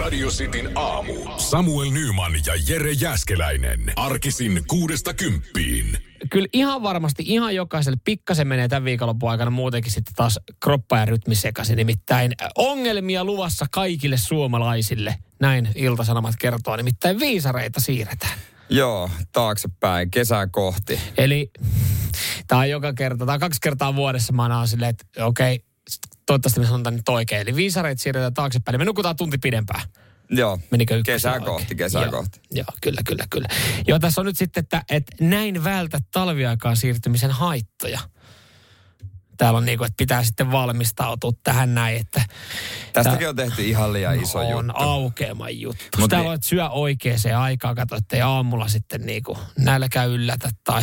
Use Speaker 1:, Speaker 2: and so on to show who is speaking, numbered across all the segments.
Speaker 1: Radio Cityn aamu. Samuel Nyman ja Jere Jäskeläinen. Arkisin kuudesta kymppiin.
Speaker 2: Kyllä ihan varmasti ihan jokaiselle pikkasen menee tämän viikonlopun aikana muutenkin sitten taas kroppa ja rytmi sekaisin. Nimittäin ongelmia luvassa kaikille suomalaisille. Näin Iltasanomat kertoo. Nimittäin viisareita siirretään.
Speaker 3: Joo, taaksepäin, kesää kohti.
Speaker 2: Eli tämä on joka kerta, tai kaksi kertaa vuodessa mä oon silleen, että okei, okay, toivottavasti mä sanon tämän nyt oikein. Eli viisareit siirretään taaksepäin, niin me nukutaan tunti pidempään.
Speaker 3: Joo,
Speaker 2: Menikö ykkösellä
Speaker 3: kesää
Speaker 2: oikein?
Speaker 3: kohti, kesää
Speaker 2: joo,
Speaker 3: kohti.
Speaker 2: Joo, kyllä, kyllä, kyllä. Joo, tässä on nyt sitten, että, että näin vältät talviaikaan siirtymisen haittoja. Täällä on niin kuin, että pitää sitten valmistautua tähän näin, että
Speaker 3: Tästäkin on tehty ihan liian iso
Speaker 2: on
Speaker 3: juttu.
Speaker 2: aukeaman juttu. Mut
Speaker 3: Mut
Speaker 2: Täällä
Speaker 3: niin-
Speaker 2: on, että syö oikeaan aikaan, katso, ettei aamulla sitten niin kuin nälkä yllätä tai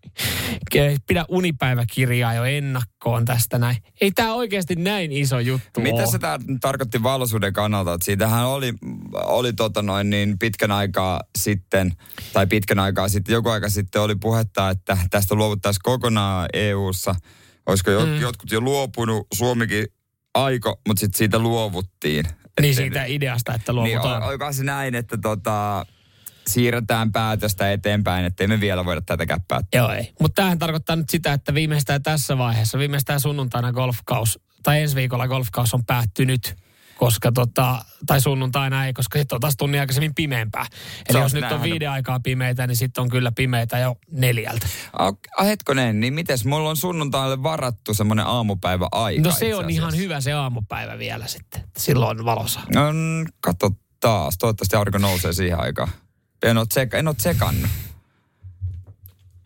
Speaker 2: Ke- pidä unipäiväkirjaa jo ennakkoon tästä näin. Ei tämä oikeasti näin iso juttu
Speaker 3: Mitä
Speaker 2: oo.
Speaker 3: se tää nyt tarkoitti valoisuuden kannalta? Et siitähän oli, oli tota noin niin pitkän aikaa sitten, tai pitkän aikaa sitten, joku aika sitten oli puhetta, että tästä luovuttaisiin kokonaan EU-ssa. Olisiko jo,
Speaker 2: Mm.
Speaker 3: mm. jotkut jo luopunut, Suomikin aiko, mutta sitten siitä luovuttiin.
Speaker 2: Niin
Speaker 3: Ettei-
Speaker 2: siitä ideasta, että
Speaker 3: Niin,
Speaker 2: luovutaan.
Speaker 3: o- oikohan se näin, että tota, siirretään päätöstä eteenpäin, ettei me vielä voida tätä käppää.
Speaker 2: Joo, ei. Mutta tämähän tarkoittaa nyt sitä, että viimeistään tässä vaiheessa, viimeistään sunnuntaina golfkaus, tai ensi viikolla golfkaus on päättynyt, koska tota, tai sunnuntaina ei, koska sitten on taas tunnin aikaisemmin pimeämpää. Eli
Speaker 3: oot
Speaker 2: jos nyt on
Speaker 3: nähnyt.
Speaker 2: viiden aikaa pimeitä, niin sitten on kyllä pimeitä jo neljältä.
Speaker 3: Okay, hetkonen, niin mites? Mulla on sunnuntaille varattu semmoinen aamupäivä aika.
Speaker 2: No se
Speaker 3: itse
Speaker 2: on
Speaker 3: asiassa.
Speaker 2: ihan hyvä se aamupäivä vielä sitten. Silloin on valossa.
Speaker 3: No n- kato taas. Toivottavasti aurinko nousee siihen aikaan. En ole, tseka, en ole tsekannut.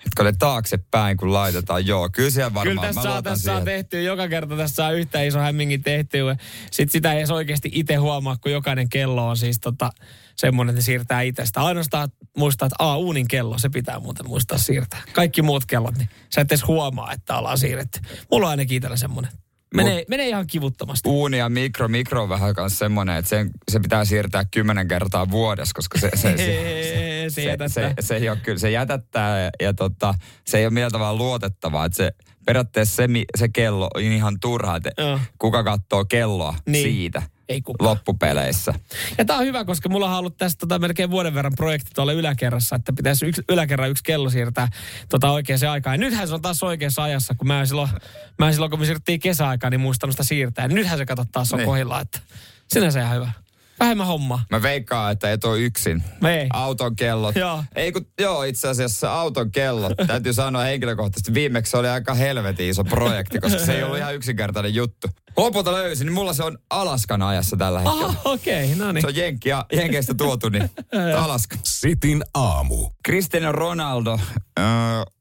Speaker 3: Hetkelle taaksepäin, kun laitetaan. Joo, kyllä siellä varmaan.
Speaker 2: Kyllä tässä
Speaker 3: mä
Speaker 2: saa,
Speaker 3: luotan
Speaker 2: tässä saa
Speaker 3: siihen.
Speaker 2: tehtyä, joka kerta tässä saa yhtä iso hämmingin tehtyä. Sitten sitä ei edes oikeasti itse huomaa, kun jokainen kello on siis tota, semmoinen, että ne siirtää itsestä. Ainoastaan muistaa, että aa, uunin kello, se pitää muuten muistaa siirtää. Kaikki muut kellot, niin sä et edes huomaa, että ollaan siirretty. Mulla on ainakin itsellä semmoinen. Menee, menee ihan kivuttomasti.
Speaker 3: Uuni ja mikro, mikro on vähän myös semmoinen, että sen, se pitää siirtää kymmenen kertaa vuodessa, koska se, se, se,
Speaker 2: Se,
Speaker 3: se, se, se, ei ole kyllä, se jätättää ja, ja tota, se ei ole mieltä vaan luotettavaa. Että se, periaatteessa se, mi- se kello on ihan turha, että
Speaker 2: Joo.
Speaker 3: kuka katsoo kelloa
Speaker 2: Niin.
Speaker 3: niin. siitä
Speaker 2: Ei kukaan.
Speaker 3: loppupeleissä.
Speaker 2: Ja tämä on hyvä, koska mulla on ollut tässä tota melkein vuoden verran projekti tuolla yläkerrassa, että pitäisi yksi, yläkerran yksi kello siirtää tota oikeaan aikaan. Ja nythän se on taas oikeassa ajassa, kun mä en silloin, mä en silloin kun me siirryttiin kesäaikaan, niin muistanut sitä siirtää. Ja nythän se kato taas on
Speaker 3: Niin.
Speaker 2: kohdillaan, että sinänsä ihan hyvä. Vähemmän hommaa.
Speaker 3: Mä veikkaan, että et ole yksin.
Speaker 2: Me ei.
Speaker 3: Auton kellot.
Speaker 2: Joo.
Speaker 3: Ei kun, joo, itse asiassa auton kellot. Täytyy sanoa henkilökohtaisesti, viimeksi se oli aika helvetin iso projekti, koska se ei ollut ihan yksinkertainen juttu. Lopulta löysin, niin mulla se on Alaskan ajassa tällä hetkellä.
Speaker 2: Ah, okei, okay, no niin.
Speaker 3: Se on Jenkkiä, Jenkeistä tuotu, niin Alaska.
Speaker 1: Sitin aamu.
Speaker 3: Cristiano Ronaldo, äh,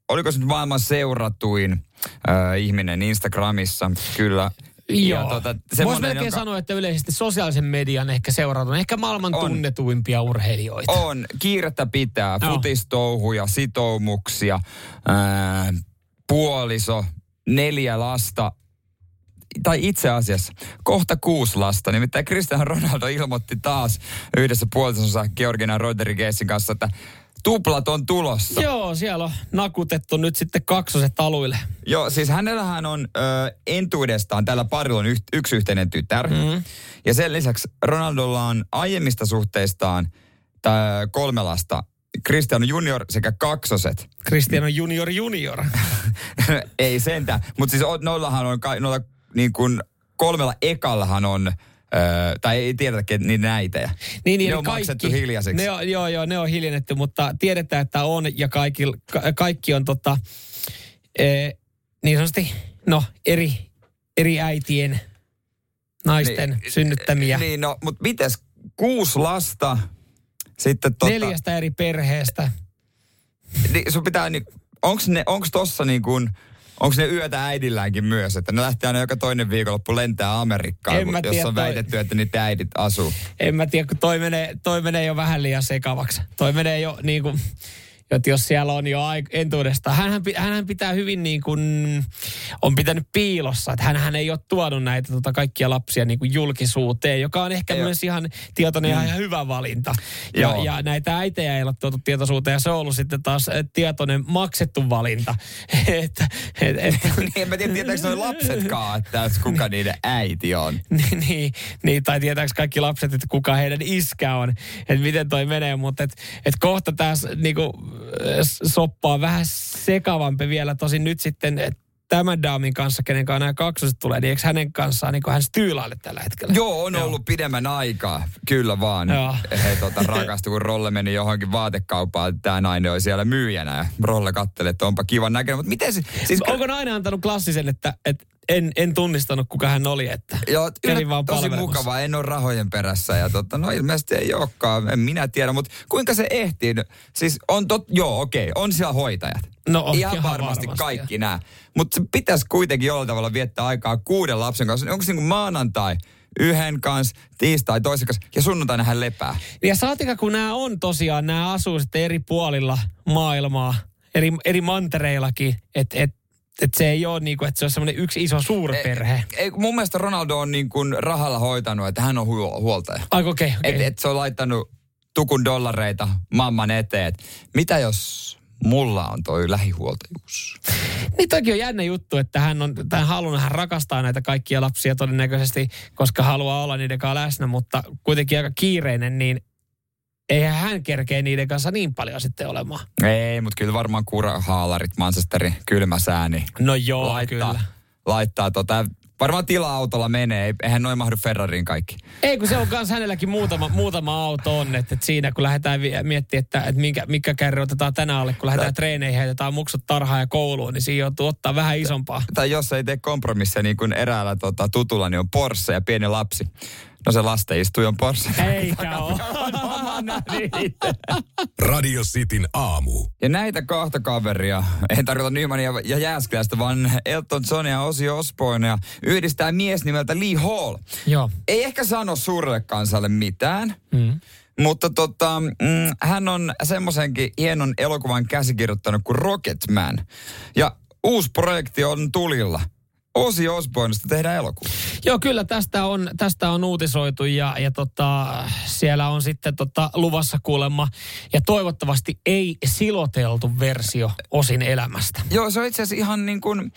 Speaker 3: oliko se nyt maailman seuratuin äh, ihminen Instagramissa? Kyllä.
Speaker 2: Joo.
Speaker 3: Ja tota,
Speaker 2: Voisi
Speaker 3: semmonen,
Speaker 2: melkein
Speaker 3: jonka-
Speaker 2: sanoa, että yleisesti sosiaalisen median ehkä seuratun, ehkä maailman
Speaker 3: On.
Speaker 2: tunnetuimpia urheilijoita.
Speaker 3: On, kiirettä pitää,
Speaker 2: Joo.
Speaker 3: futistouhuja, sitoumuksia, ää, puoliso, neljä lasta, tai itse asiassa kohta kuusi lasta. Nimittäin Cristiano Ronaldo ilmoitti taas yhdessä puolisonsa Georgina Rodriguezin kanssa, että tuplat on tulossa. Joo,
Speaker 2: Joo, siellä on nakutettu nyt sitten kaksoset aluille.
Speaker 3: Joo siis hänellähän on ö, entuudestaan, tällä parilla on yh, yksi yhteinen tytär.
Speaker 2: Mm.
Speaker 3: Ja sen lisäksi Ronaldolla on aiemmista suhteistaan tää, kolme lasta. Cristiano Junior sekä kaksoset.
Speaker 2: Cristiano Junior Junior.
Speaker 3: Ei sentään. Mutta siis o- noillahan on, kai- noilla niin kuin kolmella ekallahan on, öö, tai ei tiedetä ket- niitä näitä.
Speaker 2: Niin, niin,
Speaker 3: Ne
Speaker 2: eli
Speaker 3: on
Speaker 2: kaikki,
Speaker 3: maksettu hiljaiseksi.
Speaker 2: Ne on, joo, joo, ne on hiljennetty, mutta tiedetään, että on ja kaikki, ka, kaikki on tota, eh, niin sanotusti, no, eri, eri äitien, naisten niin, synnyttämiä. Niin,
Speaker 3: Niin, no, mutta mites kuusi lasta, sitten tota,
Speaker 2: Neljästä eri perheestä.
Speaker 3: Niin, sun pitää, niin, onks, ne, onks tossa niin kuin, onks ne yötä äidilläänkin myös, että ne lähtee aina joka toinen viikonloppu lentää Amerikkaan,
Speaker 2: En
Speaker 3: kun-
Speaker 2: mä tiedä,
Speaker 3: jossa on
Speaker 2: toi-
Speaker 3: väitetty, että niitä äidit asuu.
Speaker 2: En mä tiedä, kun toi menee, toi menee jo vähän liian sekavaksi. Toi menee jo niin kuin, että jos siellä on jo aik- entuudestaan, hänhän, pi- hänhän pitää hyvin niin kuin, on pitänyt piilossa, että hänhän ei ole tuonut näitä tota kaikkia lapsia niin kuin julkisuuteen, joka on ehkä
Speaker 3: Ei
Speaker 2: ei
Speaker 3: ole.
Speaker 2: myös ihan tietoinen mm. ja hyvä valinta. Ja,
Speaker 3: Joo.
Speaker 2: ja näitä äitejä ei ole tuotu tietoisuuteen ja se on ollut sitten taas eh, tietoinen maksettu valinta. että et, et,
Speaker 3: niin en mä tiedä, tietääkö noi lapsetkaan, että kuka niiden äiti on.
Speaker 2: niin, niin, niin, tai tietääks kaikki lapset, että kuka heidän iskä on, että miten toi menee, mutta et, et kohta taas niinku, äh, soppa on vähän sekavampi vielä, tosin nyt sitten et, tämän daamin kanssa, kenen kanssa nämä kaksoset tulee, niin eikö hänen kanssaan, niin hän styylaille tällä hetkellä?
Speaker 3: Joo, on Joo. ollut pidemmän aikaa, kyllä vaan.
Speaker 2: Joo.
Speaker 3: He tota, rakastui, kun Rolle meni johonkin vaatekauppaan, että tämä nainen oli siellä myyjänä. Ja Rolle katseli, että onpa kiva näköinen. Mutta miten se... Siis,
Speaker 2: Onko nainen antanut klassisen, että, että en, en tunnistanut, kuka hän oli, että
Speaker 3: Joo,
Speaker 2: kävin
Speaker 3: yllättä-
Speaker 2: vaan
Speaker 3: tosi
Speaker 2: palvelemassa.
Speaker 3: mukavaa, en ole rahojen perässä ja tota, no ilmeisesti ei olekaan, en minä tiedä, mutta kuinka se ehtii, No, siis on tot, joo okei, on siellä hoitajat.
Speaker 2: No on,
Speaker 3: ihan,
Speaker 2: ihan
Speaker 3: varmasti,
Speaker 2: varmasti,
Speaker 3: kaikki nämä, mutta pitäisi kuitenkin jollain tavalla viettää aikaa kuuden lapsen kanssa, onko se niin maanantai yhden kanssa, tiistai toisen kanssa ja sunnuntaina hän lepää.
Speaker 2: Ja saatika, kun nämä on tosiaan, nämä asuu sitten eri puolilla maailmaa, eri, eri mantereillakin, että et, et se ei ole niinku, että se on semmoinen yksi iso suurperhe.
Speaker 3: Ei, mun mielestä Ronaldo on niin kuin rahalla hoitanut, että hän on huo- huoltaja.
Speaker 2: Ai okei, okay,
Speaker 3: Okay.
Speaker 2: okay.
Speaker 3: Et, et se on laittanut tukun dollareita mamman eteen. Et Mitä jos mulla on toi lähihuoltajuus?
Speaker 2: Niin toki on jännä juttu, että hän on tämän halunnut, hän rakastaa näitä kaikkia lapsia todennäköisesti, koska haluaa olla niiden kanssa läsnä, mutta kuitenkin aika kiireinen, niin eihän hän kerkeä niiden kanssa niin paljon sitten olemaan.
Speaker 3: Ei, mutta kyllä varmaan kurahaalarit, Manchesterin kylmä sää, niin
Speaker 2: No joo,
Speaker 3: laittaa,
Speaker 2: kyllä.
Speaker 3: laittaa tota, varmaan tila-autolla menee, ei- eihän noin mahdu Ferrariin kaikki.
Speaker 2: Ei, kun se on kans hänelläkin muutama, muutama auto on, että, että siinä kun lähdetään vi- miettimään, että, että minkä, mikä kärry otetaan tänä alle, kun lähdetään treeneihin, heitetään muksut tarhaan ja kouluun, niin siinä joutuu ottaa vähän isompaa.
Speaker 3: Tai jos ei tee kompromisseja niin kuin eräällä tota, tutulla, niin on Porsche ja pieni lapsi. No se lasten istui on Porsche.
Speaker 2: Eikä ole.
Speaker 1: Radio Cityn aamu.
Speaker 3: Ja näitä kahta kaveria, en tarkoita Nymania ja Jääskeläistä, vaan Elton John ja Ozzy Osbourne ja yhdistää mies nimeltä Lee Hall.
Speaker 2: Joo.
Speaker 3: Ei ehkä sano suurelle kansalle mitään, mm. mutta tota, mm, hän on semmoisenkin hienon elokuvan käsikirjoittanut kuin Rocketman. Ja uusi projekti on tulilla. Ozzy Osbournesta tehdään elokuva.
Speaker 2: Joo, kyllä tästä on, tästä on uutisoitu ja, ja tota, siellä on sitten tota, luvassa kuulemma ja toivottavasti ei siloteltu versio osin elämästä.
Speaker 3: Joo, se on itse asiassa ihan niin kuin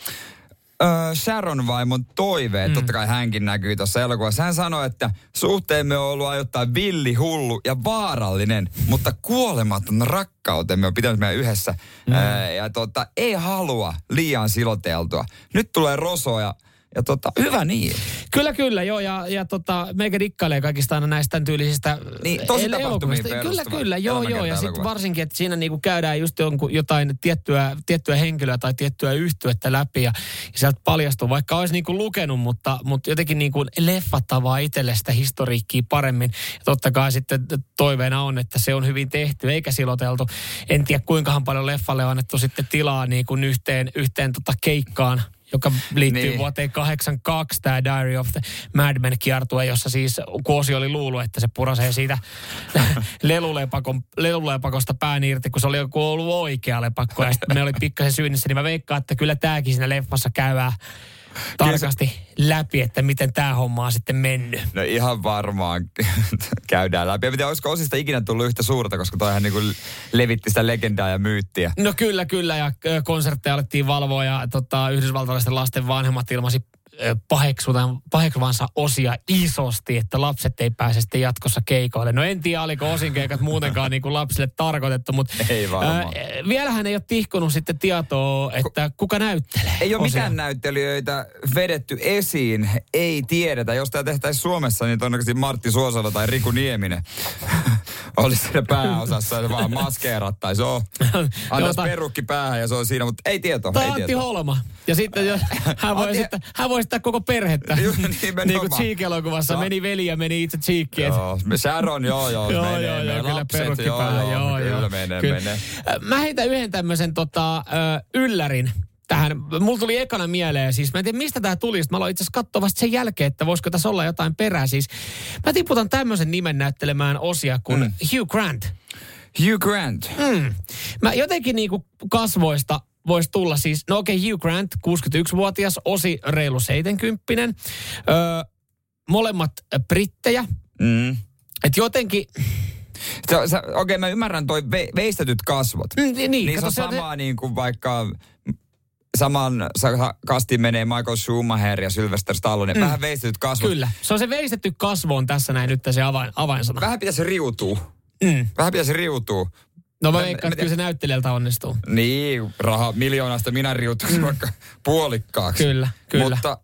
Speaker 3: ö, Sharon vaimon toive, mm. totta kai hänkin näkyy tuossa elokuvassa. Hän sanoi, että suhteemme on ollut ajoittain villi, hullu ja vaarallinen, mutta kuolematon rakkautemme on pitänyt meidän yhdessä. Mm. Ö, ja tota, ei halua liian siloteltua. Nyt tulee rosoa ja, ja tota, hyvä niin.
Speaker 2: Kyllä, kyllä, joo. Ja, ja tota, meikä dikkailee kaikista aina näistä tämän tyylisistä
Speaker 3: Niin, tosi
Speaker 2: el-
Speaker 3: tapahtumiin
Speaker 2: elokuvista. Kyllä,
Speaker 3: perustuva
Speaker 2: kyllä, joo, joo. Ja sitten
Speaker 3: elämäkertaelokuva.
Speaker 2: varsinkin, että siinä niinku käydään just jonkun, jotain tiettyä, tiettyä henkilöä tai tiettyä yhtyettä läpi ja, ja sieltä paljastuu, vaikka olisi niinku lukenut, mutta, mutta jotenkin niinku leffat avaa itselle sitä historiikkiä paremmin. Ja totta kai sitten toiveena on, että se on hyvin tehty eikä siloteltu. En tiedä kuinkahan paljon leffalle on annettu sitten tilaa niinku yhteen, yhteen tota keikkaan joka liittyy
Speaker 3: Niin.
Speaker 2: niin vuoteen 82 tämä Diary of the Madman kiertue, jossa siis Kuosi oli luullut, että se purasee siitä lelulepakon, lelulepakosta pään irti, kun se oli joku ollut oikea lepakko ja sitten me oli pikkasen syynissä, niin mä veikkaan, että kyllä tämäkin siinä leffassa käydään tarkasti läpi, että miten tämä homma on sitten mennyt.
Speaker 3: No ihan varmaan käydään läpi. En tiedä, olisiko osista ikinä tullut yhtä suurta, koska toihan niinku levitti sitä legendaa ja myyttiä.
Speaker 2: No kyllä, kyllä. Ja ö, konsertteja alettiin valvoa ja tota, yhdysvaltalaisten lasten vanhemmat ilmasi ö, paheksutan- paheksuvansa osia isosti, että lapset ei pääse sitten jatkossa keikoille. No en tiedä, oliko osin keikat muutenkaan niin kuin lapsille tarkoitettu, mutta
Speaker 3: Ei varmaan.
Speaker 2: ö, vielähän ei ole tihkunut sitten tietoa, että kuka näyttelee.
Speaker 3: Ei ole
Speaker 2: osia.
Speaker 3: mitään näyttelijöitä vedetty esiin, ei tiedetä. Jos tämä tehtäisiin Suomessa, niin todennäköisesti Martti Suosala tai Riku Nieminen olisi siinä pääosassa ja se vaan maskeerattaisi. Joo. Antaisi
Speaker 2: tai-
Speaker 3: perukki päähän ja se on siinä, mutta ei tietoa.
Speaker 2: Tai
Speaker 3: ei
Speaker 2: Antti
Speaker 3: tietoa.
Speaker 2: Holma. Ja sitten jos, hän, voi
Speaker 3: Antti-
Speaker 2: sitten, hän voi sitten koko perhettä.
Speaker 3: Juu, nimenomaan. No.
Speaker 2: niin kuin Cheek-elokuvassa. Meni veli ja meni itse Cheekki. Et-
Speaker 3: Joo, me Sharon, joo, joo,
Speaker 2: joo,
Speaker 3: menee,
Speaker 2: joo,
Speaker 3: menee.
Speaker 2: joo, kyllä
Speaker 3: Lapset,
Speaker 2: perukki
Speaker 3: joo,
Speaker 2: päähän,
Speaker 3: joo,
Speaker 2: joo,
Speaker 3: kyllä
Speaker 2: joo.
Speaker 3: menee,
Speaker 2: Kyllä.
Speaker 3: menee.
Speaker 2: Ö, Mä heitän yhden tämmöisen tota, ö, yllärin tähän. Mulla tuli ekana mieleen siis, mä en tiedä mistä tämä tuli, sit mä aloin itse asiassa katsoa vasta sen jälkeen, että voisiko tässä olla
Speaker 3: Mm.
Speaker 2: jotain perää siis. Mä tiputan tämmöisen nimen näyttelemään osia kuin Hugh Grant.
Speaker 3: Hugh Grant.
Speaker 2: Mm. Mä jotenkin niinku kasvoista voisi tulla siis, no okei, okay, Hugh Grant, 61-vuotias, osi reilu 70 öö, molemmat brittejä.
Speaker 3: Mm.
Speaker 2: Et jotenkin, mm,
Speaker 3: Sä- sä- Okei, okay, mä ymmärrän toi ve, veistetyt kasvot.
Speaker 2: mm, niin,
Speaker 3: Niin se
Speaker 2: kato,
Speaker 3: on
Speaker 2: on-
Speaker 3: samaa niin kuin vaikka saman sa- sa- kastiin menee Michael Schumacher ja Sylvester Stallone. Mm. Vähän veistetyt kasvot.
Speaker 2: Kyllä, se on se veistetty kasvo on tässä näin nyt se avain, avainsana.
Speaker 3: Vähän pitäisi riutua.
Speaker 2: Mm.
Speaker 3: Vähän pitäisi riutua.
Speaker 2: No mä
Speaker 3: Mä-
Speaker 2: veikkaan,
Speaker 3: mä-
Speaker 2: että kyllä se näyttelijältä onnistuu.
Speaker 3: Niin, raha miljoonasta minä riutuisin mm. vaikka puolikkaaksi.
Speaker 2: Kyllä, kyllä.
Speaker 3: Mutta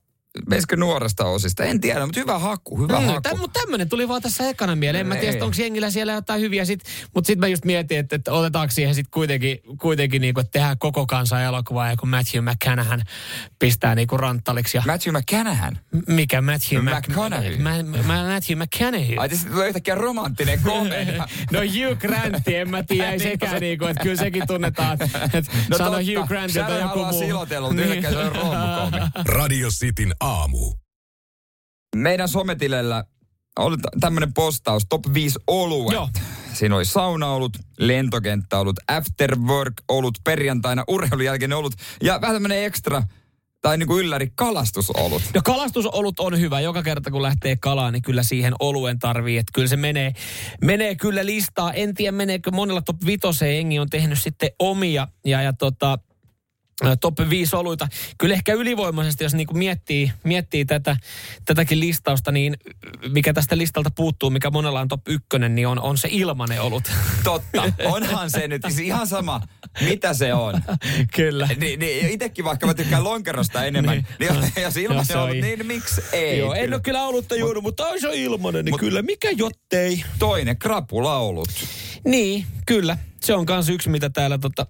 Speaker 3: veisikö nuoresta osista? En tiedä, mutta hyvä haku, hyvä mm, haku.
Speaker 2: Täm, mutta Niin, tämmönen tuli vaan tässä ekana mieleen. En mä tiedä,
Speaker 3: Ei.
Speaker 2: onko jengillä siellä jotain hyviä. Sit, mutta sitten mä just mietin, että, että otetaanko siihen sitten kuitenkin, kuitenkin niinku, että tehdään koko kansan elokuvaa. Ja kun Matthew McConaughey pistää niinku ranttaliksi. Ja
Speaker 3: Matthew McCanahan.
Speaker 2: M- mikä Matthew Mc-
Speaker 3: McConaughey.
Speaker 2: Mä, mä, Matthew McConaughey.
Speaker 3: Ai tästä tulee yhtäkkiä romanttinen komedia.
Speaker 2: No Hugh Grant, en mä tiedä, ei
Speaker 3: Niin,
Speaker 2: sekään
Speaker 3: se-
Speaker 2: niinku, että kyllä sekin tunnetaan, että
Speaker 3: No
Speaker 2: sano
Speaker 3: totta,
Speaker 2: Hugh Grant,
Speaker 3: Sharon
Speaker 2: jota joku
Speaker 3: haluaa
Speaker 2: muu.
Speaker 3: silotella, mutta yhtäkkiä se
Speaker 2: Niin.
Speaker 3: on romukomi.
Speaker 1: Radio Cityn aamu.
Speaker 3: Meidän sometilellä oli t- tämmönen postaus, top 5 oluet.
Speaker 2: Joo.
Speaker 3: Siinä oli sauna ollut, lentokenttä ollut, after work ollut, perjantaina urheilun jälkeen ollut ja vähän tämmönen ekstra tai niinku ylläri kalastusolut.
Speaker 2: No kalastusolut on hyvä. Joka kerta kun lähtee kalaan, niin kyllä siihen oluen tarvii. Että kyllä se menee, menee kyllä listaa. En tiedä meneekö monella top 5 jengi on tehnyt sitten omia. Ja, ja tota, ö, top 5 oluita. Kyllä ehkä ylivoimaisesti, jos niinku miettii, miettii tätä, tätäkin listausta, niin mikä tästä listalta puuttuu, mikä monella on top 1, niin on, on se ilmanen olut.
Speaker 3: Totta, onhan se nyt. Siis ihan sama, mitä se on.
Speaker 2: kyllä.
Speaker 3: Ni, niin, itekin vaikka mä tykkään lonkerosta enemmän, niin, niin jos ilman
Speaker 2: Jos
Speaker 3: se on ollut,
Speaker 2: ei.
Speaker 3: niin miksi ei?
Speaker 2: Joo, en ole kyllä olutta juonut, mutta on se ilmanen, niin kyllä. Mikä jottei?
Speaker 3: Toinen, krapulaulut.
Speaker 2: Niin, kyllä. Se on myös yksi, mitä täällä tota,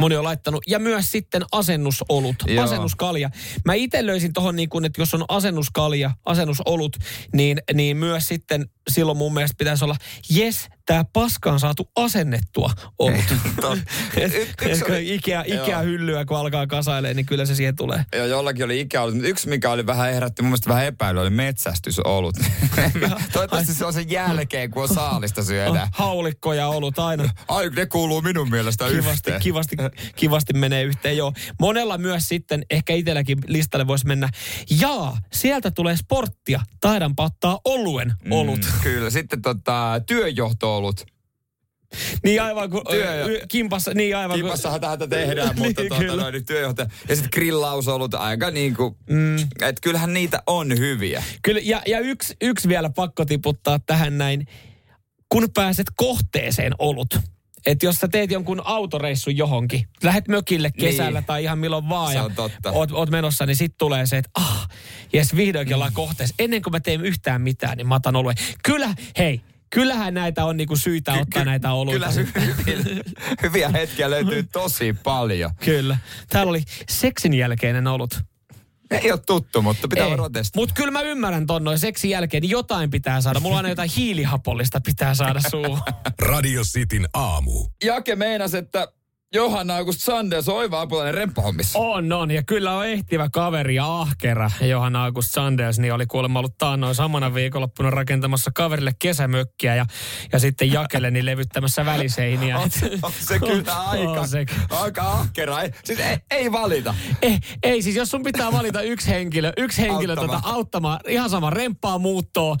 Speaker 2: moni on laittanut. Ja myös sitten asennusolut,
Speaker 3: Joo.
Speaker 2: Joo. asennuskalja. Mä itse löysin tuohon, niin kun, että jos on asennuskalja, asennusolut, niin, niin myös sitten silloin mun mielestä pitäisi olla, jes, tää paskaan saatu asennettua olut. Et-
Speaker 3: Y-
Speaker 2: et
Speaker 3: yksi
Speaker 2: kun
Speaker 3: oli,
Speaker 2: Ikea,
Speaker 3: Joo.
Speaker 2: ikea hyllyä, kun alkaa kasailemaan, niin kyllä se siihen tulee.
Speaker 3: joo, jollakin oli ikä ollut, mutta yksi mikä oli vähän herätti, mun mielestä vähän epäilyä, oli metsästysolut. Toivottavasti se on sen jälkeen, kun on saalista syödään.
Speaker 2: Haulikkoja ollut aina.
Speaker 3: Ai, ne kuuluu minun mielestä
Speaker 2: Oh. kivasti,
Speaker 3: yhteen.
Speaker 2: kivasti, kivasti menee yhteen, joo. Monella myös sitten, ehkä itselläkin listalle voisi mennä, jaa, sieltä tulee sporttia, taidanpa ottaa oluen olut. Mm.
Speaker 3: Mm, kyllä, sitten tota, työjohtoolut.
Speaker 2: Niin aivan kuin
Speaker 3: Työ-
Speaker 2: y- kimpassa, niin aivan
Speaker 3: Kipassahan tätä tehdään, mutta
Speaker 2: Niin,
Speaker 3: tuota,
Speaker 2: kyllä.
Speaker 3: noin, niin työjohtaja. Ja sitten grillaus on ollut aika niin kuin, mm. että kyllähän niitä on hyviä.
Speaker 2: kuin, kyllä, ja, ja yksi, yksi vielä pakko tiputtaa tähän näin, kun pääset kohteeseen olut. Että jos sä teet jonkun autoreissun johonkin, lähet mökille kesällä
Speaker 3: Niin.
Speaker 2: niin. tai ihan milloin vaan
Speaker 3: Se
Speaker 2: ja
Speaker 3: on totta.
Speaker 2: Oot, oot menossa, niin sit tulee se, että ah, jes
Speaker 3: Mm.
Speaker 2: vihdoinkin ollaan kohteessa. Ennen kuin mä teen yhtään mitään, niin mä otan oluen. Kyllä, hei, kyllähän näitä on niinku syitä ottaa näitä oluita.
Speaker 3: Kyllä hy- hyviä, hyviä hetkiä löytyy tosi paljon.
Speaker 2: Kyllä. Täällä oli seksin jälkeinen olut.
Speaker 3: Ei ole tuttu, mutta pitää varmaan testata.
Speaker 2: Mutta kyllä mä ymmärrän ton noin seksin jälkeen, niin jotain pitää saada. Mulla on aina jotain hiilihapollista pitää saada suuhun.
Speaker 1: Radio Cityn aamu.
Speaker 3: Jake meinas, että Johanna August Sanders on oiva apulainen remppahommissa.
Speaker 2: On, on. Ja kyllä on ehtivä kaveri ja ahkera. Johanna August Sanders niin oli kuulemma ollut taannoin samana viikonloppuna rakentamassa kaverille kesämökkiä ja, ja sitten jakelle niin levyttämässä väliseiniä.
Speaker 3: On se, on se kyllä
Speaker 2: On
Speaker 3: aika,
Speaker 2: se.
Speaker 3: aika ahkera. Ei, siis ei, ei valita.
Speaker 2: Ei, ei, siis jos sun pitää valita yksi henkilö, yksi henkilö
Speaker 3: Auttamaan.
Speaker 2: auttamaan. Tota, auttamaan, ihan sama remppaa muuttoa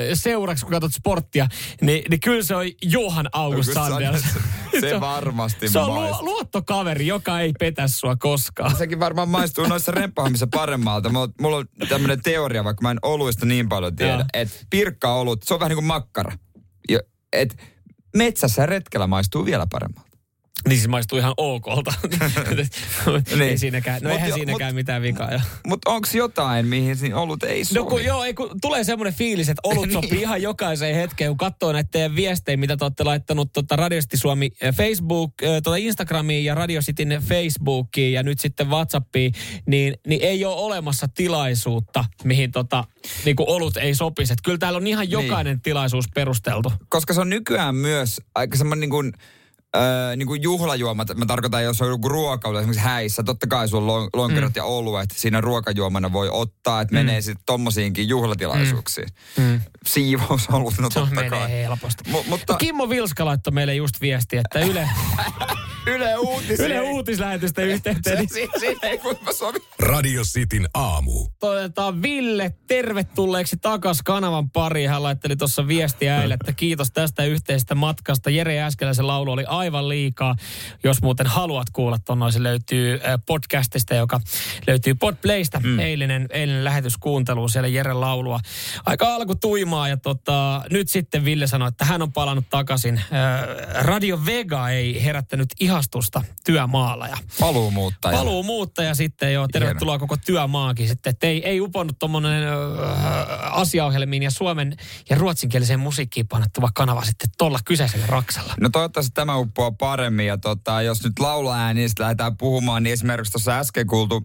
Speaker 2: öö, seuraksi, kun katsot sporttia, niin, niin kyllä se on Johan August
Speaker 3: August
Speaker 2: Sanders.
Speaker 3: Sanders. No, Se varmasti
Speaker 2: Se on lu,
Speaker 3: maistuu.
Speaker 2: luottokaveri, joka ei petä sua koskaan.
Speaker 3: Sekin varmaan maistuu noissa remppahommissa paremmalta. Mulla- Mulla on tämmöinen teoria, vaikka mä en oluista niin paljon tiedä,
Speaker 2: Joo.
Speaker 3: että pirkka olut, se on vähän niin kuin makkara. Jo- Et metsässä ja retkellä maistuu vielä paremmalta.
Speaker 2: Niin siis maistuu ihan okolta. niin. Ei siinäkään, no
Speaker 3: Mut
Speaker 2: eihän
Speaker 3: jo-
Speaker 2: siinäkään mitään vikaa. jo.
Speaker 3: Mutta onko jotain, mihin siinä olut ei sovi?
Speaker 2: No kun, joo, ei, kun tulee semmoinen fiilis, että
Speaker 3: Niin.
Speaker 2: olut sopii ihan jokaiseen hetkeen, kun katsoo näitä teidän viestejä, mitä te olette laittanut tota Radio City Suomi eh, Facebook, eh, tota Instagramiin ja Radio Cityn Facebookiin ja nyt sitten Whatsappiin, niin, niin ei ole olemassa tilaisuutta, mihin tota, niin kuin olut ei sopisi. Et kyllä
Speaker 3: Niin.
Speaker 2: täällä on ihan jokainen tilaisuus perusteltu.
Speaker 3: koska se on nykyään myös aika semmoinen niin kuin öö, niin kuin juhlajuomat, mä tarkoitan, jos on joku ruokailu esimerkiksi häissä, totta kai sulla on lon- lonkerot mm. ja oluet, siinä ruokajuomana voi ottaa, että mm. menee sitten tommosiinkin juhlatilaisuuksiin. Mm. Siivous on ollut, no
Speaker 2: Se
Speaker 3: totta
Speaker 2: menee
Speaker 3: kai.
Speaker 2: helposti. No
Speaker 3: Mu- mutta
Speaker 2: Kimmo Vilska laittoi meille just viesti, että Yle,
Speaker 3: Yle Uutisiin.
Speaker 2: Yle uutislähetystä yhteyteen.
Speaker 3: Se,
Speaker 2: niin
Speaker 3: si, si, ei kuinka sovi.
Speaker 1: Radio Cityn aamu.
Speaker 2: toivotetaan Ville tervetulleeksi takas kanavan pariin. Hän laitteli tuossa viestiä äille, että kiitos tästä yhteisestä matkasta. Jere Äskeläisen laulu oli aivan liikaa. Jos muuten haluat kuulla tuon, se löytyy äh, podcastista, joka löytyy Podplaysta. Mm. Eilinen, eilinen lähetys kuunteluun siellä Jere laulua. Aika alku tuimaa ja tota, nyt sitten Ville sanoi, että hän on palannut takaisin. Äh, Radio Vega ei herättänyt ihastusta työmaalla ja
Speaker 3: Paluu muuttaa.
Speaker 2: Paluu muuttaja sitten joo. Tervetuloa koko työmaakin sitten. Et ei, ei uponnut tuommoinen asiaohjelmiin ja suomen ja ruotsinkieliseen musiikkiin panettava kanava sitten tuolla kyseisellä raksalla.
Speaker 3: No toivottavasti tämä uppoaa paremmin ja tota, jos nyt laulaäänistä lähdetään puhumaan, niin esimerkiksi tuossa äsken kuultu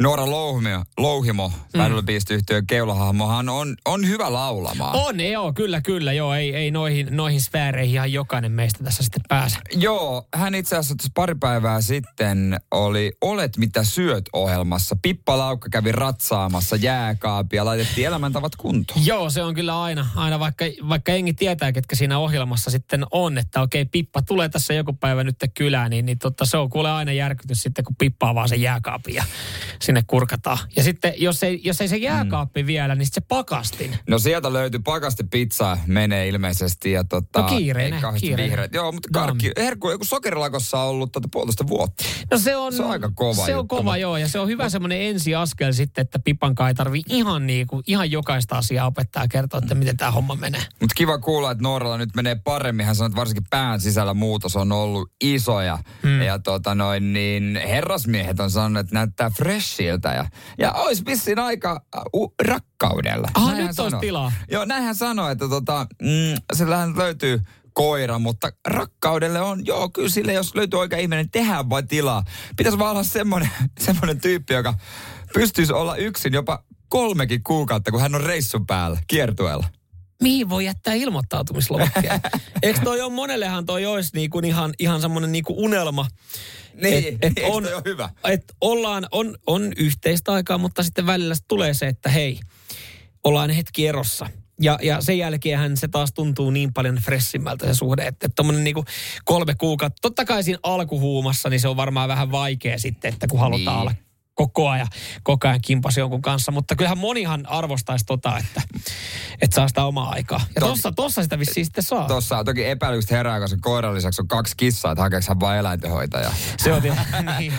Speaker 3: Noora Louhimo, Louhimo mm. Battle Beast yhtiön keulahahmohan on, on hyvä laulamaan.
Speaker 2: On, joo, kyllä, kyllä, joo. Ei, ei noihin, noihin sfääreihin ihan jokainen meistä tässä sitten pääse.
Speaker 3: Joo, hän itse asiassa tuossa pari päivää sitten oli Olet mitä syöt ohjelmassa. Pippa Laukka kävi ratsaamassa jääkaapia, laitettiin elämäntavat kuntoon.
Speaker 2: Joo, se on kyllä aina, aina vaikka, vaikka engi tietää, ketkä siinä ohjelmassa sitten on, että okei, Pippa tulee tässä joku päivä nyt kylään, niin, niin totta, se on kuule aina järkytys sitten, kun Pippa avaa sen jääkaapin ja sinne kurkataan. Ja sitten, jos ei, jos ei se jääkaappi mm. vielä, niin sitten se pakastin.
Speaker 3: No sieltä löytyi pakasti pizza, menee ilmeisesti. Ja tota,
Speaker 2: No kiireinen,
Speaker 3: ei kauheasti
Speaker 2: kiireinen.
Speaker 3: vihreät. Joo, mutta karkki, herkku, joku sokerilakossa on ollut tuota puolitoista vuotta.
Speaker 2: No se on,
Speaker 3: Se on aika kova
Speaker 2: Se on
Speaker 3: juttu,
Speaker 2: kova,
Speaker 3: mutta-
Speaker 2: joo, ja se on hyvä semmoinen ensiaskel sitten, että Pipankaan ei tarvi ihan, niin kuin, ihan jokaista asiaa opettaa ja kertoa, että miten tämä homma menee.
Speaker 3: Mutta kiva kuulla, että Nooralla nyt menee paremmin. Hän sanoi, että varsinkin pään sisällä muutos on ollut isoja. Hmm. Ja tota noin, niin herrasmiehet on sanonut, että näyttää freshiltä. Ja, ja olisi vissiin aika uh, rakkaudella.
Speaker 2: Ah,
Speaker 3: Näin
Speaker 2: nyt
Speaker 3: hän
Speaker 2: olisi
Speaker 3: sanoi.
Speaker 2: tilaa.
Speaker 3: Joo, näin hän sanoi, että tota, mm, sillähän löytyy koira, mutta rakkaudelle on, joo, kyllä sille, jos löytyy oikea ihminen, niin tehdään vaan tilaa. Pitäisi vaan olla semmoinen, semmoinen tyyppi, joka pystyisi olla yksin jopa kolmekin kuukautta, kun hän on reissun päällä, kiertueella.
Speaker 2: mihin voi jättää ilmoittautumislomakkeen? Eikö toi on monellehan toi olisi niinku ihan, ihan semmoinen niinku unelma?
Speaker 3: Niin, eikö toi oo hyvä?
Speaker 2: Et ollaan, on, on yhteistä aikaa, mutta sitten välillä sit tulee se, että hei, ollaan hetki erossa. Ja, ja sen jälkeenhän se taas tuntuu niin paljon fressimmältä se suhde, että tuommoinen niinku kolme kuukautta. Totta kai siinä alkuhuumassa niin se on varmaan vähän vaikea sitten, että kun halutaan
Speaker 3: Niin.
Speaker 2: olla koko ajan, koko ajan kimpas jonkun kanssa. Mutta kyllähän monihan arvostaisi tota, että, että saa sitä omaa aikaa. Ja
Speaker 3: Toki.
Speaker 2: tossa, tossa sitä vissiin sitten saa.
Speaker 3: Tuossa on toki epäilykset herää, koska koiran lisäksi on kaksi kissaa, että hakeeko hän vaan eläintenhoitajaa.
Speaker 2: Se on tietysti. niin.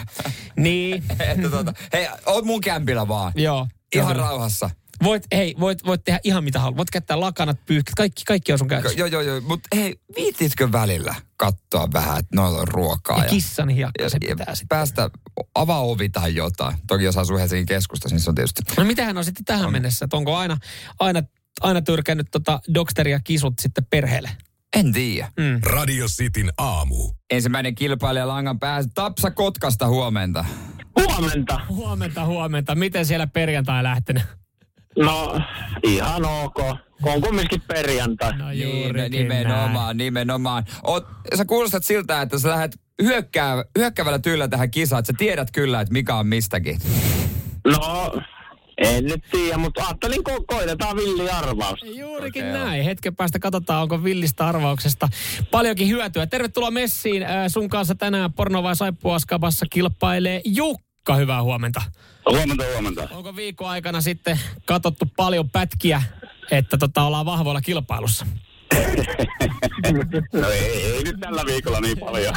Speaker 2: niin.
Speaker 3: että tuota, hei, oot mun kämpillä vaan.
Speaker 2: Joo.
Speaker 3: Ihan
Speaker 2: Joo.
Speaker 3: rauhassa.
Speaker 2: Voit, hei, voit, voit tehdä ihan mitä haluat. Voit käyttää lakanat, pyyhkät, kaikki, kaikki on sun
Speaker 3: Ka-
Speaker 2: käytössä.
Speaker 3: Joo, joo, joo. Mutta hei, viititkö välillä katsoa vähän, että noilla on ruokaa?
Speaker 2: Ja kissan hiakka se
Speaker 3: ja
Speaker 2: pitää sitten.
Speaker 3: päästä, avaa ovi tai jotain. Toki jos asuu Helsingin keskustassa, niin se on tietysti...
Speaker 2: No mitähän on sitten tähän on. mennessä? Että onko aina, aina, aina tyrkännyt tota Dogsteria kisut sitten perheelle?
Speaker 3: En tiedä.
Speaker 2: Mm.
Speaker 1: Radio Cityn aamu.
Speaker 3: Ensimmäinen kilpailija langan päässä. Tapsa Kotkasta huomenta.
Speaker 4: Huomenta.
Speaker 2: Huomenta, huomenta. Miten siellä perjantai lähtenyt?
Speaker 4: No, ihan ok. On kumminkin perjantai.
Speaker 2: No
Speaker 3: Niin,
Speaker 2: juurikin näin.
Speaker 3: nimenomaan, nimenomaan. Oot, sä kuulostat siltä, että sä lähdet hyökkää, hyökkäävällä tyylillä tähän kisaan, että sä tiedät kyllä, että mikä on mistäkin.
Speaker 4: No, en nyt tiedä, mutta ajattelin, ko- koitetaan villi arvaus.
Speaker 2: Juurikin
Speaker 3: Okei,
Speaker 2: näin. Hetken päästä katsotaan, onko villistä arvauksesta paljonkin hyötyä. Tervetuloa messiin. Äh, Sun kanssa tänään Porno vai Saippuaskapassa kilpailee Jukka. Hyvää huomenta.
Speaker 4: Huomenta, huomenta.
Speaker 2: Onko viikon aikana sitten katsottu paljon pätkiä, että tota, ollaan vahvoilla kilpailussa?
Speaker 4: No ei, ei nyt tällä viikolla niin paljon.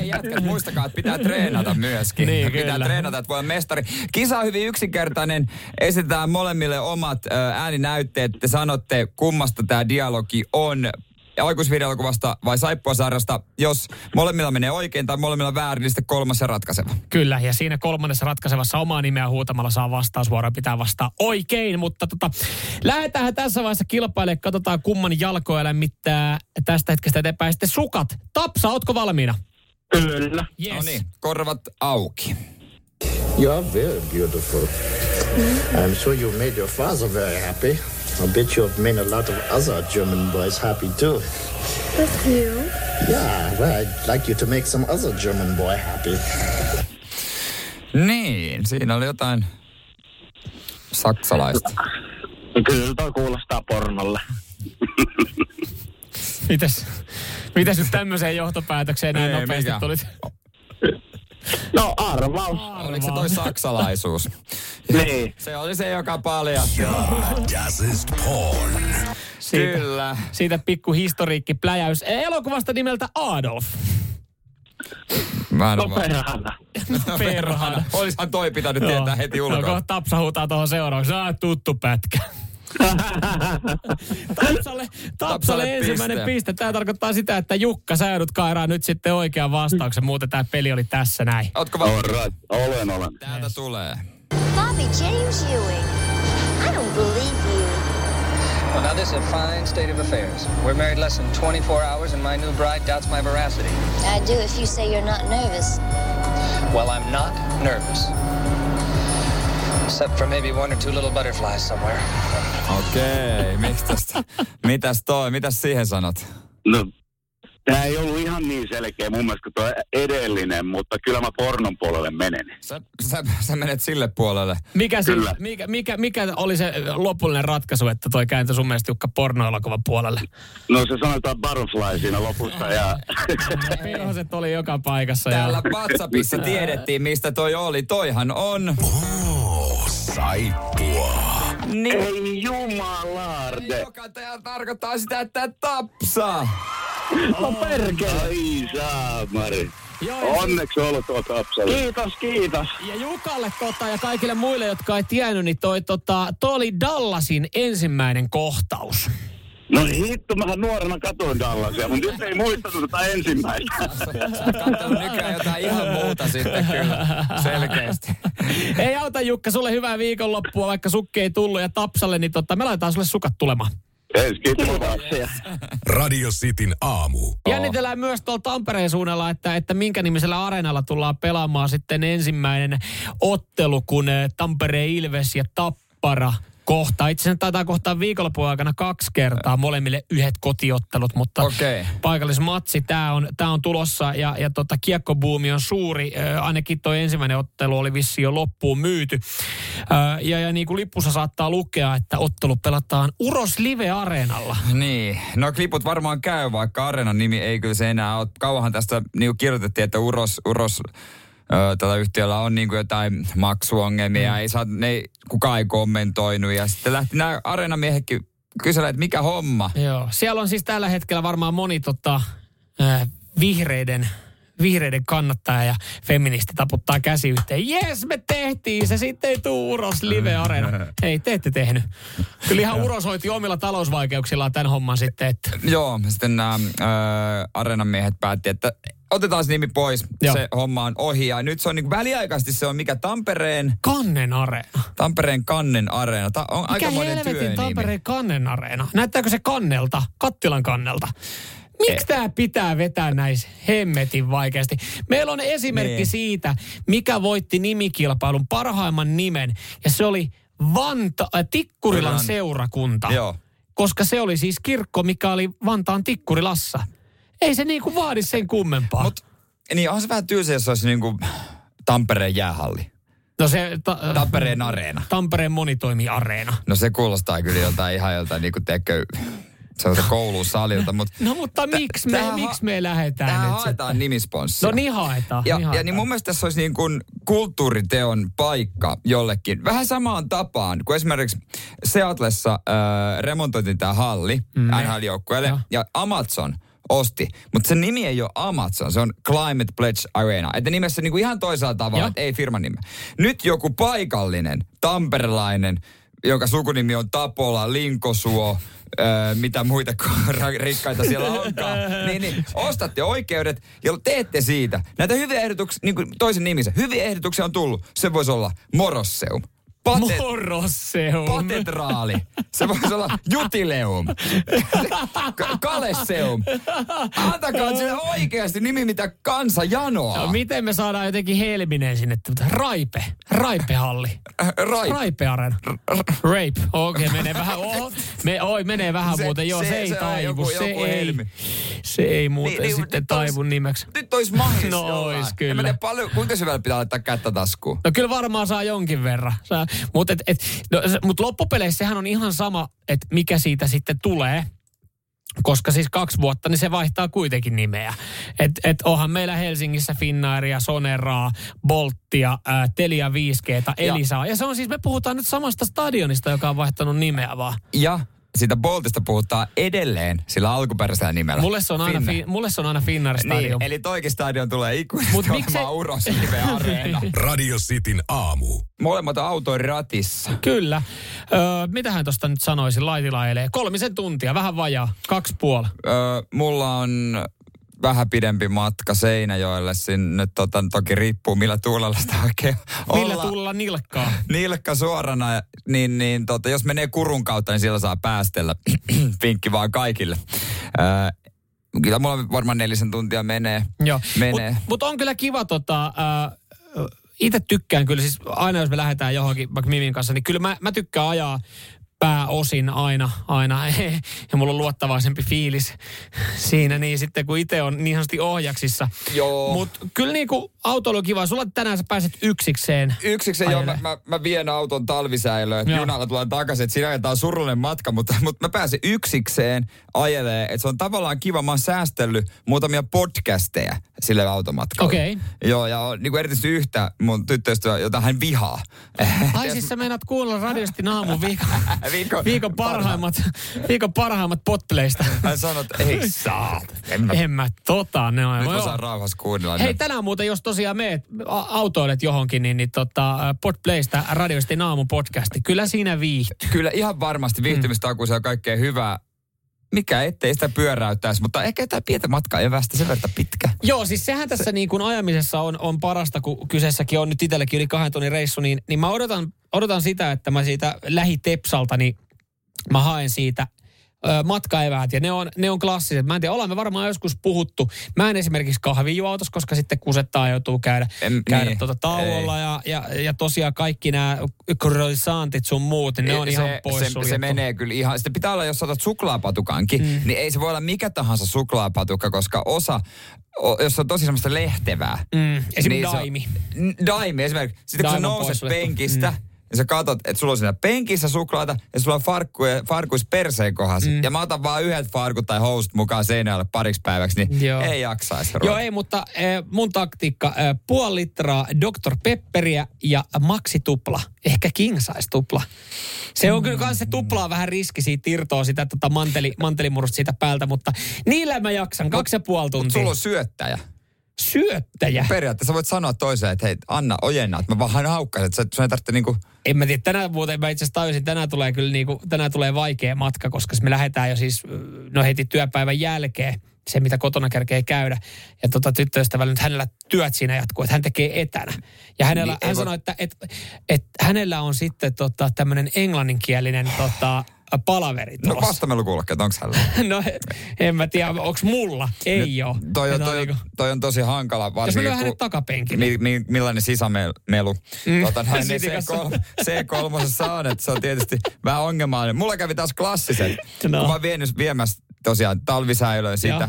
Speaker 3: Ei jatka, muistakaa, että pitää treenata myöskin.
Speaker 2: Niin,
Speaker 3: pitää
Speaker 2: kyllä.
Speaker 3: treenata, että voi olla mestari. Kisa on hyvin yksinkertainen. Esitetään molemmille omat ö, ääninäytteet. Te sanotte, kummasta tämä dialogi on. Aikuisvideolokuvasta vai saippuasaarasta. Jos molemmilla menee oikein tai molemmilla väärin, niin sitten kolmas ja ratkaiseva.
Speaker 2: Kyllä, ja siinä kolmannessa ratkaisevassa omaa nimeä huutamalla saa vastausvuoroa, pitää vastaa oikein, mutta tota, lähdetään tässä vaiheessa kilpailemaan, katsotaan kumman jalkoja lämmittää tästä hetkestä eteenpäin sitten sukat. Tapsa, ootko valmiina?
Speaker 4: Kyllä.
Speaker 2: Yes.
Speaker 3: No niin, korvat auki.
Speaker 5: You are very beautiful. I'm sure you made your father very happy. I bet you have made a lot of other German boys happy too.
Speaker 6: Thank you.
Speaker 5: Yeah, well, I'd like you to make some other German boy happy.
Speaker 3: Niin, siinä oli jotain saksalaista.
Speaker 4: No Kyllä toi kuulostaa pornolle.
Speaker 2: Mitäs, mitäs nyt tämmöiseen johtopäätökseen näin
Speaker 3: Ei
Speaker 2: nopeasti
Speaker 3: mikään.
Speaker 2: tulit?
Speaker 4: No arvaus.
Speaker 3: Oliko se toi saksalaisuus?
Speaker 4: Niin.
Speaker 3: Se oli se, joka paljasti.
Speaker 1: Das ist porn.
Speaker 2: Siitä,
Speaker 3: Kyllä.
Speaker 2: siitä pikku historiikki pläjäys. Elokuvasta nimeltä Adolf.
Speaker 3: Mä en
Speaker 4: No
Speaker 3: voi-
Speaker 4: perhana.
Speaker 3: No,
Speaker 2: Perhana.
Speaker 3: Olisihan toi pitänyt tietää heti
Speaker 2: No,
Speaker 3: ulkoa.
Speaker 2: kohta Tapsa huutaa tuohon seuraavaksi. Ah, tuttu pätkä. Tapsalle,
Speaker 3: Tapsalle
Speaker 2: Tapsalle ensimmäinen piste.
Speaker 3: piste.
Speaker 2: piste. Tämä tarkoittaa sitä, että Jukka, sä joudut kairaa nyt sitten oikean vastauksen. Muuten tämä peli oli tässä näin.
Speaker 3: Ootko vaan?
Speaker 4: right. Olen, olen.
Speaker 3: Täältä tulee.
Speaker 6: Bobby James Ewing. I don't believe you.
Speaker 7: Well, now this is a fine state of affairs. We're married less than 24 hours, and my new bride doubts my veracity.
Speaker 6: I do if you say you're not nervous.
Speaker 7: Well, I'm not nervous. Except for maybe one or two little butterflies somewhere.
Speaker 3: Okei, miksi tästä? Mitäs toi? Mitäs siihen sanot?
Speaker 8: No, tämä ei ollut ihan niin selkeä mun mielestä kuin tuo edellinen, mutta kyllä mä pornon puolelle menen.
Speaker 3: Sä, sä, sä menet sille puolelle.
Speaker 2: Mikä, se,
Speaker 8: Kyllä.
Speaker 2: mikä, mikä, mikä oli se lopullinen ratkaisu, että toi kääntyi sun mielestä Jukka pornoelokuvan puolelle?
Speaker 8: No se sanotaan butterfly siinä lopussa ja
Speaker 2: Perhoset oli joka paikassa.
Speaker 3: Täällä
Speaker 2: Ja...
Speaker 3: WhatsAppissa tiedettiin, mistä toi oli. Toihan on.
Speaker 1: Oh, saippua.
Speaker 3: Niin.
Speaker 8: ei jumalaarte.
Speaker 3: Joka tää tarkoittaa sitä, että tapsa.
Speaker 4: No perkele.
Speaker 8: Ai saamari.
Speaker 2: Joo, ja,
Speaker 8: Onneksi olkoon Tapsalle.
Speaker 4: Kiitos, kiitos.
Speaker 2: ja Jukalle tota, ja kaikille muille, jotka ei tiennyt, niin toi, tota, toi oli Dallasin ensimmäinen kohtaus.
Speaker 8: No hittu, mähän nuorena katoin Dallasia, mutta nyt ei muistanut tätä ensimmäistä.
Speaker 3: Sä oot kattonut nykyään jotain ihan muuta sitten kyllä. Selkeästi.
Speaker 2: ei auta Jukka, sulle hyvää viikonloppua, vaikka sukke ei tullut ja Tapsalle, niin tota, me laitetaan sulle sukat tulemaan.
Speaker 8: Ensi kiitos.
Speaker 1: Radio Cityn aamu.
Speaker 2: Jännitellään myös tuolla Tampereen suunnalla, että, että minkä nimisellä areenalla tullaan pelaamaan sitten ensimmäinen ottelu, kun eh, Tampere Ilves ja Tappara kohtaa. Itse asiassa taitaa kohtaa viikonlopun aikana kaksi kertaa molemmille yhdet kotiottelut, mutta
Speaker 3: Okei.
Speaker 2: paikallismatsi tämä on, tää on tulossa ja, ja tota, kiekkobuumi on suuri. Ö, ainakin tuo ensimmäinen ottelu oli vissi jo loppuun myyty. Ö, ja, ja niin kuin lippussa saattaa lukea, että ottelu pelataan Uros Live-areenalla.
Speaker 3: Niin, no kliput varmaan käy, vaikka Arenan nimi ei kyllä se enää ole. Kauanhan tästä niin kirjoitettiin, että Uros, Uros ö, tällä yhtiöllä on niin kuin jotain maksuongelmia, mm. ei saa, ne, ei- kukaan ei kommentoinut. Ja sitten lähti nämä Areenamiehetkin kyselemään, että mikä homma.
Speaker 2: Joo, siellä on siis tällä hetkellä varmaan moni tota, äh, vihreiden, vihreiden kannattaja ja feministi taputtaa käsi yhteen. Jes, me tehtiin se, sitten ei tuu Uros Live Arena. Ei, te ette tehnyt. Kyllä ihan Uros hoiti omilla talousvaikeuksillaan tämän homman sitten, että
Speaker 3: Joo, sitten nämä ö, Areenamiehet päätti, että otetaan se nimi pois,
Speaker 2: Joo.
Speaker 3: se homma on ohi. Ja nyt se on niin väliaikaisesti se on mikä Tampereen,
Speaker 2: Kannen Areena.
Speaker 3: Tampereen kannen areena. Ta, on
Speaker 2: Mikä
Speaker 3: aikamoinen
Speaker 2: helvetin
Speaker 3: työnimi.
Speaker 2: Tampereen Kannen Areena? Näyttääkö se kannelta, kattilan kannelta? Miksi tämä pitää vetää näissä hemmetin vaikeasti? Meillä on esimerkki
Speaker 3: Niin.
Speaker 2: siitä, mikä voitti nimikilpailun parhaimman nimen, ja se oli Vanta, äh, Tikkurilan
Speaker 3: Kyllä.
Speaker 2: seurakunta.
Speaker 3: Joo.
Speaker 2: Koska se oli siis kirkko, mikä oli Vantaan Tikkurilassa. Ei se niinku vaadi sen kummempaa.
Speaker 3: Mut, niin on se vähän tylsä, jos se olisi niinku Tampereen jäähalli.
Speaker 2: no se ta,
Speaker 3: Tampereen
Speaker 2: Mm.
Speaker 3: areena.
Speaker 2: Tampereen monitoimiareena.
Speaker 3: No se kuulostaa kyllä joltain ihan joltain niinku teekö sellaiselta koulusalilta, mutta
Speaker 2: No mutta miksi me,
Speaker 3: tähän ha-
Speaker 2: miksi me lähdetään
Speaker 3: tähän
Speaker 2: nyt sitten?
Speaker 3: haetaan nimisponssia.
Speaker 2: No niin haetaan.
Speaker 3: Ja,
Speaker 2: niin haetaan.
Speaker 3: ja niin mun mielestä tässä olisi niin kuin kulttuuriteon paikka jollekin. Vähän samaan tapaan, kun esimerkiksi Seatlessa äh, remontoitiin tämä halli mm. NHL-joukkueelle ja. ja Amazon osti. Mutta se nimi ei ole Amazon, se on Climate Pledge Arena. Että nimessä niinku ihan toisella tavalla,
Speaker 2: Joo.
Speaker 3: että ei firman nime. Nyt joku paikallinen, tamperelainen, jonka sukunimi on Tapola, Linkosuo, öö, mitä muita ra- rikkaita siellä onkaan. Niin, niin, ostatte oikeudet ja teette siitä. Näitä hyviä ehdotuksia, niin kuin toisen nimissä, hyviä ehdotuksia on tullut. Se voisi olla Morosseum. Patet,
Speaker 2: Moro se on.
Speaker 3: patetraali. Se voisi olla jutileum. Ka- Kalesseum. Antakaa sille oikeasti nimi, mitä kansa
Speaker 2: No,
Speaker 3: janoaa.
Speaker 2: miten me saadaan jotenkin Helminen sinne? Tämmötä Raipe. Raipehalli.
Speaker 3: Raip.
Speaker 2: Raipe-areena. Rape. Okei, okay, menee vähän. Oh, me, oi, menee vähän
Speaker 3: Se-
Speaker 2: muuten. Joo, se,
Speaker 3: se-
Speaker 2: ei
Speaker 3: se on
Speaker 2: taivu.
Speaker 3: joku-
Speaker 2: se,
Speaker 3: joku
Speaker 2: ei,
Speaker 3: Helmi.
Speaker 2: se ei muuten
Speaker 3: Niin, niin,
Speaker 2: sitten
Speaker 3: nyt
Speaker 2: taivu
Speaker 3: olisi-
Speaker 2: nimeksi.
Speaker 3: Nyt olisi mahis
Speaker 2: No
Speaker 3: jollain.
Speaker 2: ois, kyllä.
Speaker 3: En mä tiedä, paljon, kuinka syvällä pitää laittaa kättä taskuun.
Speaker 2: No kyllä varmaan saa jonkin verran. Saa, mutta et, et, no, se- mut loppupeleissä sehän on ihan sama, että mikä siitä sitten tulee. Koska siis kaksi vuotta, niin se vaihtaa kuitenkin nimeä. Et, et onhan meillä Helsingissä Finnairia, Soneraa, Bolttia, ää, Telia 5G,
Speaker 3: Ja-
Speaker 2: Elisaa. Ja se on siis, me puhutaan nyt samasta stadionista, joka on vaihtanut nimeä vaan.
Speaker 3: Ja siitä Boltista puhutaan edelleen sillä alkuperäisellä nimellä.
Speaker 2: Mulle se on aina,
Speaker 3: Finne.
Speaker 2: fi, mulle se on aina Finnair Stadium.
Speaker 3: Niin, eli toikin stadion tulee ikuisesti
Speaker 2: Mut
Speaker 3: Mut
Speaker 2: miksi-
Speaker 3: olemaan uros nimeä areena.
Speaker 1: Radio Cityn aamu.
Speaker 3: Molemmat autoin ratissa.
Speaker 2: Kyllä. Öö, mitähän tuosta nyt sanoisin, laitila elee. Kolmisen tuntia, vähän vajaa, kaksi puoli.
Speaker 3: Öö, mulla on vähän pidempi matka Seinäjoelle sinne. Tota, toki riippuu millä tuulella sitä hakee.
Speaker 2: Millä
Speaker 3: Olla-
Speaker 2: tulla nilkkaa?
Speaker 3: Nilkka suorana, niin, niin tota, jos menee kurun kautta, niin sillä saa päästellä. Vinkki vaan kaikille. Öö, kyllä mulla varmaan nelisen tuntia menee.
Speaker 2: Joo.
Speaker 3: menee.
Speaker 2: Mutta mut on kyllä kiva tota... Äh, itse tykkään kyllä, siis aina jos me lähdetään johonkin, vaikka Mimin kanssa, niin kyllä mä, mä tykkään ajaa pääosin aina, aina. Ja mulla on luottavaisempi fiilis siinä, niin sitten kun itse on niin sanotusti ohjaksissa.
Speaker 3: Joo.
Speaker 2: Mutta kyllä niinku autoilu on kiva. Sulla tänään sä pääset yksikseen.
Speaker 3: Yksikseen jo mä,
Speaker 2: Ajele.
Speaker 3: mä, mä vien auton talvisäilöön, että
Speaker 2: Joo.
Speaker 3: junalla tulee takaisin, että siinä on surullinen matka, mutta, mutta mä pääsen yksikseen ajelee, että se on tavallaan kiva, mä oon säästellyt muutamia podcasteja sille automatkalle.
Speaker 2: Okei.
Speaker 3: Joo, ja on, niin kuin erityisesti yhtä mun tyttöystävä, jota hän vihaa. Eh,
Speaker 2: Ai siis sä meinaat kuulla radiosti naamun viikon,
Speaker 3: Viikon-
Speaker 2: viikon, parhaimmat, viikon parhaimmat potpleista.
Speaker 3: Hän sanoi, että ei saa, en mä,
Speaker 2: En mä tota, ne on.
Speaker 3: nyt
Speaker 2: Joo.
Speaker 3: mä saan rauhassa kuunnella.
Speaker 2: Hei, tänään muuten, jos tosiaan meet, a- autoilet johonkin, niin, niin tota, ä, Podplaysta radioistin aamun podcasti. Kyllä siinä viihtyy.
Speaker 3: Kyllä ihan varmasti viihtymistakuisia on kaikkea hyvää. Mikä ettei sitä pyöräyttäisi, mutta ehkä jotain pientä matkaa evästä, sen verran pitkä.
Speaker 2: Joo, siis sehän tässä niin kuin ajamisessa on, on parasta, kun kyseessäkin on nyt itselläkin yli kahden tonnin reissu, niin, niin mä odotan, odotan sitä, että mä siitä lähitepsalta, niin mä haen siitä ö, matkaeväät ja ne on, ne on klassiset. Mä en tiedä, ollaan me varmaan joskus puhuttu. Mä en esimerkiksi kahvijuautossa, koska sitten kusettaa joutuu käydä,
Speaker 3: En-
Speaker 2: käydä
Speaker 3: niin.
Speaker 2: tuota tauolla ja, ja, ja, tosiaan kaikki nämä croissantit sun muut, niin ne on
Speaker 3: E, se,
Speaker 2: ihan pois
Speaker 3: se, se menee kyllä ihan. Sitten pitää olla, jos sä otat suklaapatukankin, mm. niin ei se voi olla mikä tahansa suklaapatukka, koska osa, o, jos on tosi semmoista lehtevää. niin
Speaker 2: Mm, esimerkiksi
Speaker 3: se on-
Speaker 2: daimi.
Speaker 3: N- daimi esimerkiksi. Sitten kun sä
Speaker 2: Daim on pois
Speaker 3: nouset
Speaker 2: suljettu.
Speaker 3: penkistä, mm. ja sä katsot, että sulla on siinä penkissä suklaata, ja sulla on farkkuja, farkuis perseen kohdassa. Mm. Ja mä otan vaan yhdet farkut tai housut mukaan seinälle pariksi päiväksi, niin
Speaker 2: Joo.
Speaker 3: Joo. ei jaksaisi
Speaker 2: Joo, ei, mutta äh, mun taktiikka, äh, puoli litraa Dr. Pepperiä ja maksitupla, ehkä kingsaistupla. Se on kyllä kans se tupla on vähän riski, siitä irtoaa sitä tota manteli, mantelimurusta siitä päältä, mutta niillä mä jaksan kaksi ja puoli tuntia.
Speaker 3: Sulla on syöttäjä.
Speaker 2: Syöttäjä.
Speaker 3: Periaatteessa voit sanoa toiseen, että hei, anna ojenna, että mä vähän haukkasin, että sä, sun ei tarvitse niinku
Speaker 2: En mä tiedä, tänään muuten mä itse asiassa tajusin, tänään tulee kyllä niinku, tänään tulee vaikea matka, koska me lähdetään jo siis, no heti työpäivän jälkeen, se mitä kotona kerkee käydä. Ja tota tyttöystävällä nyt hänellä työt siinä jatkuu, että hän tekee etänä. Ja hänellä,
Speaker 3: Niin, ei
Speaker 2: hän
Speaker 3: voi-
Speaker 2: sanoi, että et, et hänellä on sitten tota, tämmöinen englanninkielinen tota, palaveri
Speaker 3: No
Speaker 2: tulossa.
Speaker 3: vastamelukuulokkeet, onks hänellä?
Speaker 2: No en mä tiedä, onks mulla? Ei
Speaker 3: Nyt
Speaker 2: joo.
Speaker 3: Toi on, toi,
Speaker 2: niinku-
Speaker 3: on- toi on tosi hankala, varsinkin
Speaker 2: lyön hänet takapenkille.
Speaker 3: Mi, mi, millainen sisämelu
Speaker 2: Mm.
Speaker 3: mm. tota, näin, niin
Speaker 2: Sitikassa.
Speaker 3: C3, C3 on, että se on tietysti vähän ongelmallinen. Mulla kävi taas klassiset,
Speaker 2: No.
Speaker 3: no. kun mä vienyt viemässä tosiaan talvisäilöön sitä.
Speaker 2: Joo.
Speaker 3: Ja.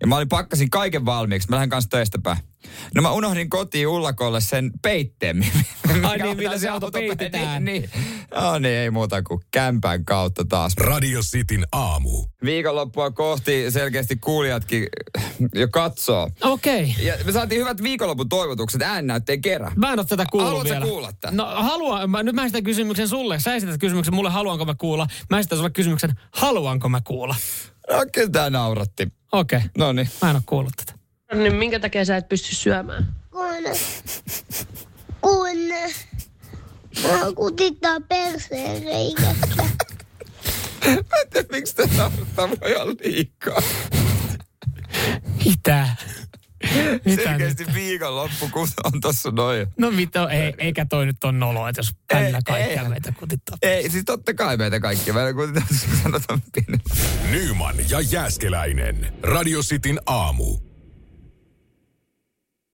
Speaker 3: ja mä olin pakkasin kaiken valmiiksi, mä lähden kanssa töistä päin. No mä unohdin kotiin ullakolle sen peitteen. mikä
Speaker 2: Ai niin, millä
Speaker 3: on
Speaker 2: se
Speaker 3: auto-
Speaker 2: auto peitetään.
Speaker 3: Niin, niin. No niin, ei muuta kuin kämpän kautta taas.
Speaker 1: Radio Cityn aamu.
Speaker 3: Viikonloppua kohti selkeästi kuulijatkin jo katsoo.
Speaker 2: Okei. Okay.
Speaker 3: Ja me saatiin hyvät viikonlopun toivotukset äännäytteen kerran.
Speaker 2: Mä en ole tätä kuullut
Speaker 3: Haluatko sä
Speaker 2: vielä.
Speaker 3: kuulla tän?
Speaker 2: No haluan, mä, nyt mä esitän kysymyksen sulle. Sä esität kysymyksen mulle, haluanko mä kuulla. Mä esitän sulle kysymyksen, haluanko mä kuulla.
Speaker 3: No kyllä tää nauratti.
Speaker 2: Okei, okay.
Speaker 3: No niin.
Speaker 2: mä en ole kuullut tätä.
Speaker 9: Niin minkä takia sä et pysty syömään?
Speaker 6: Kun, kun mua kutittaa perseen reikästä.
Speaker 3: Mä en tiedä, miksi tää naurattaa voi olla liikaa.
Speaker 2: Mitä? Mitä
Speaker 3: Selkeästi
Speaker 2: nyt?
Speaker 3: viikonloppu, kun on tossa noin.
Speaker 2: No mitä, ei, eikä toi nyt on nolo, että jos välillä
Speaker 3: Ei,
Speaker 2: kaikkia
Speaker 3: ei.
Speaker 2: meitä kutittaa.
Speaker 3: Ei, siis totta kai meitä kaikki. Meillä kuitenkin sanotaan pienellä.
Speaker 1: Nyman ja Jääskeläinen. Radio Cityn aamu.